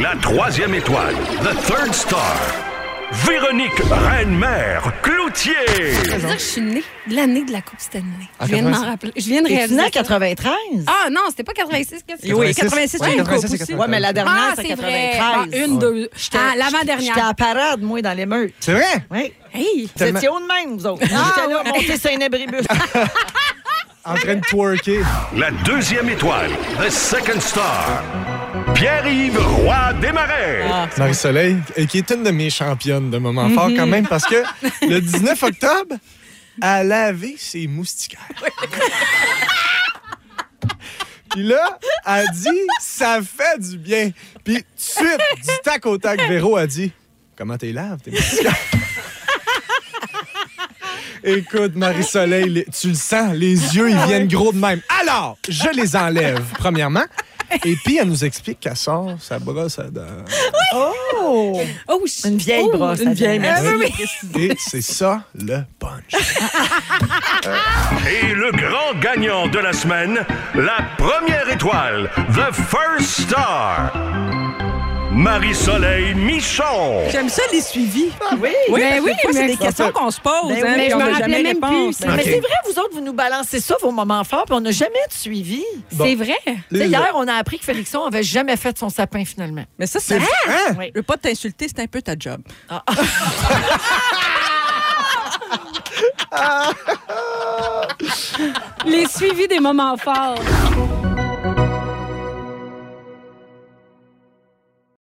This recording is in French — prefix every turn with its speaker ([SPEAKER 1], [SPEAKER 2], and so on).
[SPEAKER 1] la troisième étoile, the third star. Véronique Reine-Mère Cloutier.
[SPEAKER 2] Ça veut dire que je suis née de l'année de la Coupe Stanley.
[SPEAKER 3] En
[SPEAKER 4] Ah,
[SPEAKER 2] Je viens de m'en
[SPEAKER 3] 96.
[SPEAKER 2] rappeler. Je viens de
[SPEAKER 5] T'es
[SPEAKER 2] réaliser.
[SPEAKER 5] né en
[SPEAKER 2] ça.
[SPEAKER 5] 93?
[SPEAKER 2] Ah non, c'était pas 86. qu'est-ce que-
[SPEAKER 5] Oui, 86,
[SPEAKER 3] Ouais,
[SPEAKER 5] j'ai une coupe
[SPEAKER 3] 96,
[SPEAKER 5] aussi.
[SPEAKER 3] 96.
[SPEAKER 5] Ouais, mais la
[SPEAKER 2] Ah,
[SPEAKER 5] dernière, c'est
[SPEAKER 2] c'est
[SPEAKER 5] 93.
[SPEAKER 2] vrai. Ah, une, deux. Ah,
[SPEAKER 5] J'étais à
[SPEAKER 2] l'avant-dernière.
[SPEAKER 5] la parade, moi, dans les meutes.
[SPEAKER 3] C'est vrai?
[SPEAKER 5] Oui.
[SPEAKER 2] Hey!
[SPEAKER 5] Vous étiez haut de même, vous autres. J'étais là, monté Saint-Nébribus.
[SPEAKER 3] En train de twerker.
[SPEAKER 1] La deuxième étoile, the second star. Pierre-Yves Roy Desmarais.
[SPEAKER 3] Marie-Soleil, et qui est une de mes championnes de moments forts quand même, parce que le 19 octobre, elle a lavé ses moustiquaires. Puis là, elle dit, ça fait du bien. Puis tout de suite, du tac au tac, Véro a dit, comment t'es laves, tes moustiquaires? Écoute, Marie-Soleil, les- tu le sens, les yeux, ils viennent gros de même. Alors, je les enlève, premièrement. Et puis, elle nous explique qu'elle sort sa brosse à dents.
[SPEAKER 5] Oh!
[SPEAKER 2] Oh, je-
[SPEAKER 5] Une vieille
[SPEAKER 2] oh,
[SPEAKER 5] brosse.
[SPEAKER 2] Une vieille,
[SPEAKER 5] Adrien.
[SPEAKER 2] merci.
[SPEAKER 3] Et c'est ça le punch.
[SPEAKER 1] Et le grand gagnant de la semaine, la première étoile, The First Star. Marie-Soleil Michon.
[SPEAKER 4] J'aime ça les suivis.
[SPEAKER 2] Ben
[SPEAKER 5] Oui,
[SPEAKER 4] Oui, mais
[SPEAKER 5] parce que
[SPEAKER 4] oui,
[SPEAKER 5] des fois,
[SPEAKER 4] mais
[SPEAKER 5] c'est des
[SPEAKER 4] c'est des questions
[SPEAKER 5] questions.
[SPEAKER 4] qu'on se pose,
[SPEAKER 5] Ben oui,
[SPEAKER 4] hein,
[SPEAKER 5] mais
[SPEAKER 4] puis
[SPEAKER 5] je
[SPEAKER 4] on
[SPEAKER 5] m'en
[SPEAKER 4] n'a jamais
[SPEAKER 2] rappelais même
[SPEAKER 4] réponse.
[SPEAKER 2] plus.
[SPEAKER 5] Mais
[SPEAKER 3] Ok.
[SPEAKER 5] c'est vrai, vous autres, vous nous balancez ça, vos moments forts, puis on n'a jamais de suivi.
[SPEAKER 2] C'est vrai.
[SPEAKER 5] Tu sais, Hier, on a appris que Félixon avait jamais fait son sapin, finalement.
[SPEAKER 4] Mais ça, c'est.
[SPEAKER 3] Hein?
[SPEAKER 4] Je veux pas t'insulter, c'est un peu ta job.
[SPEAKER 2] Ah. Les suivis des moments forts.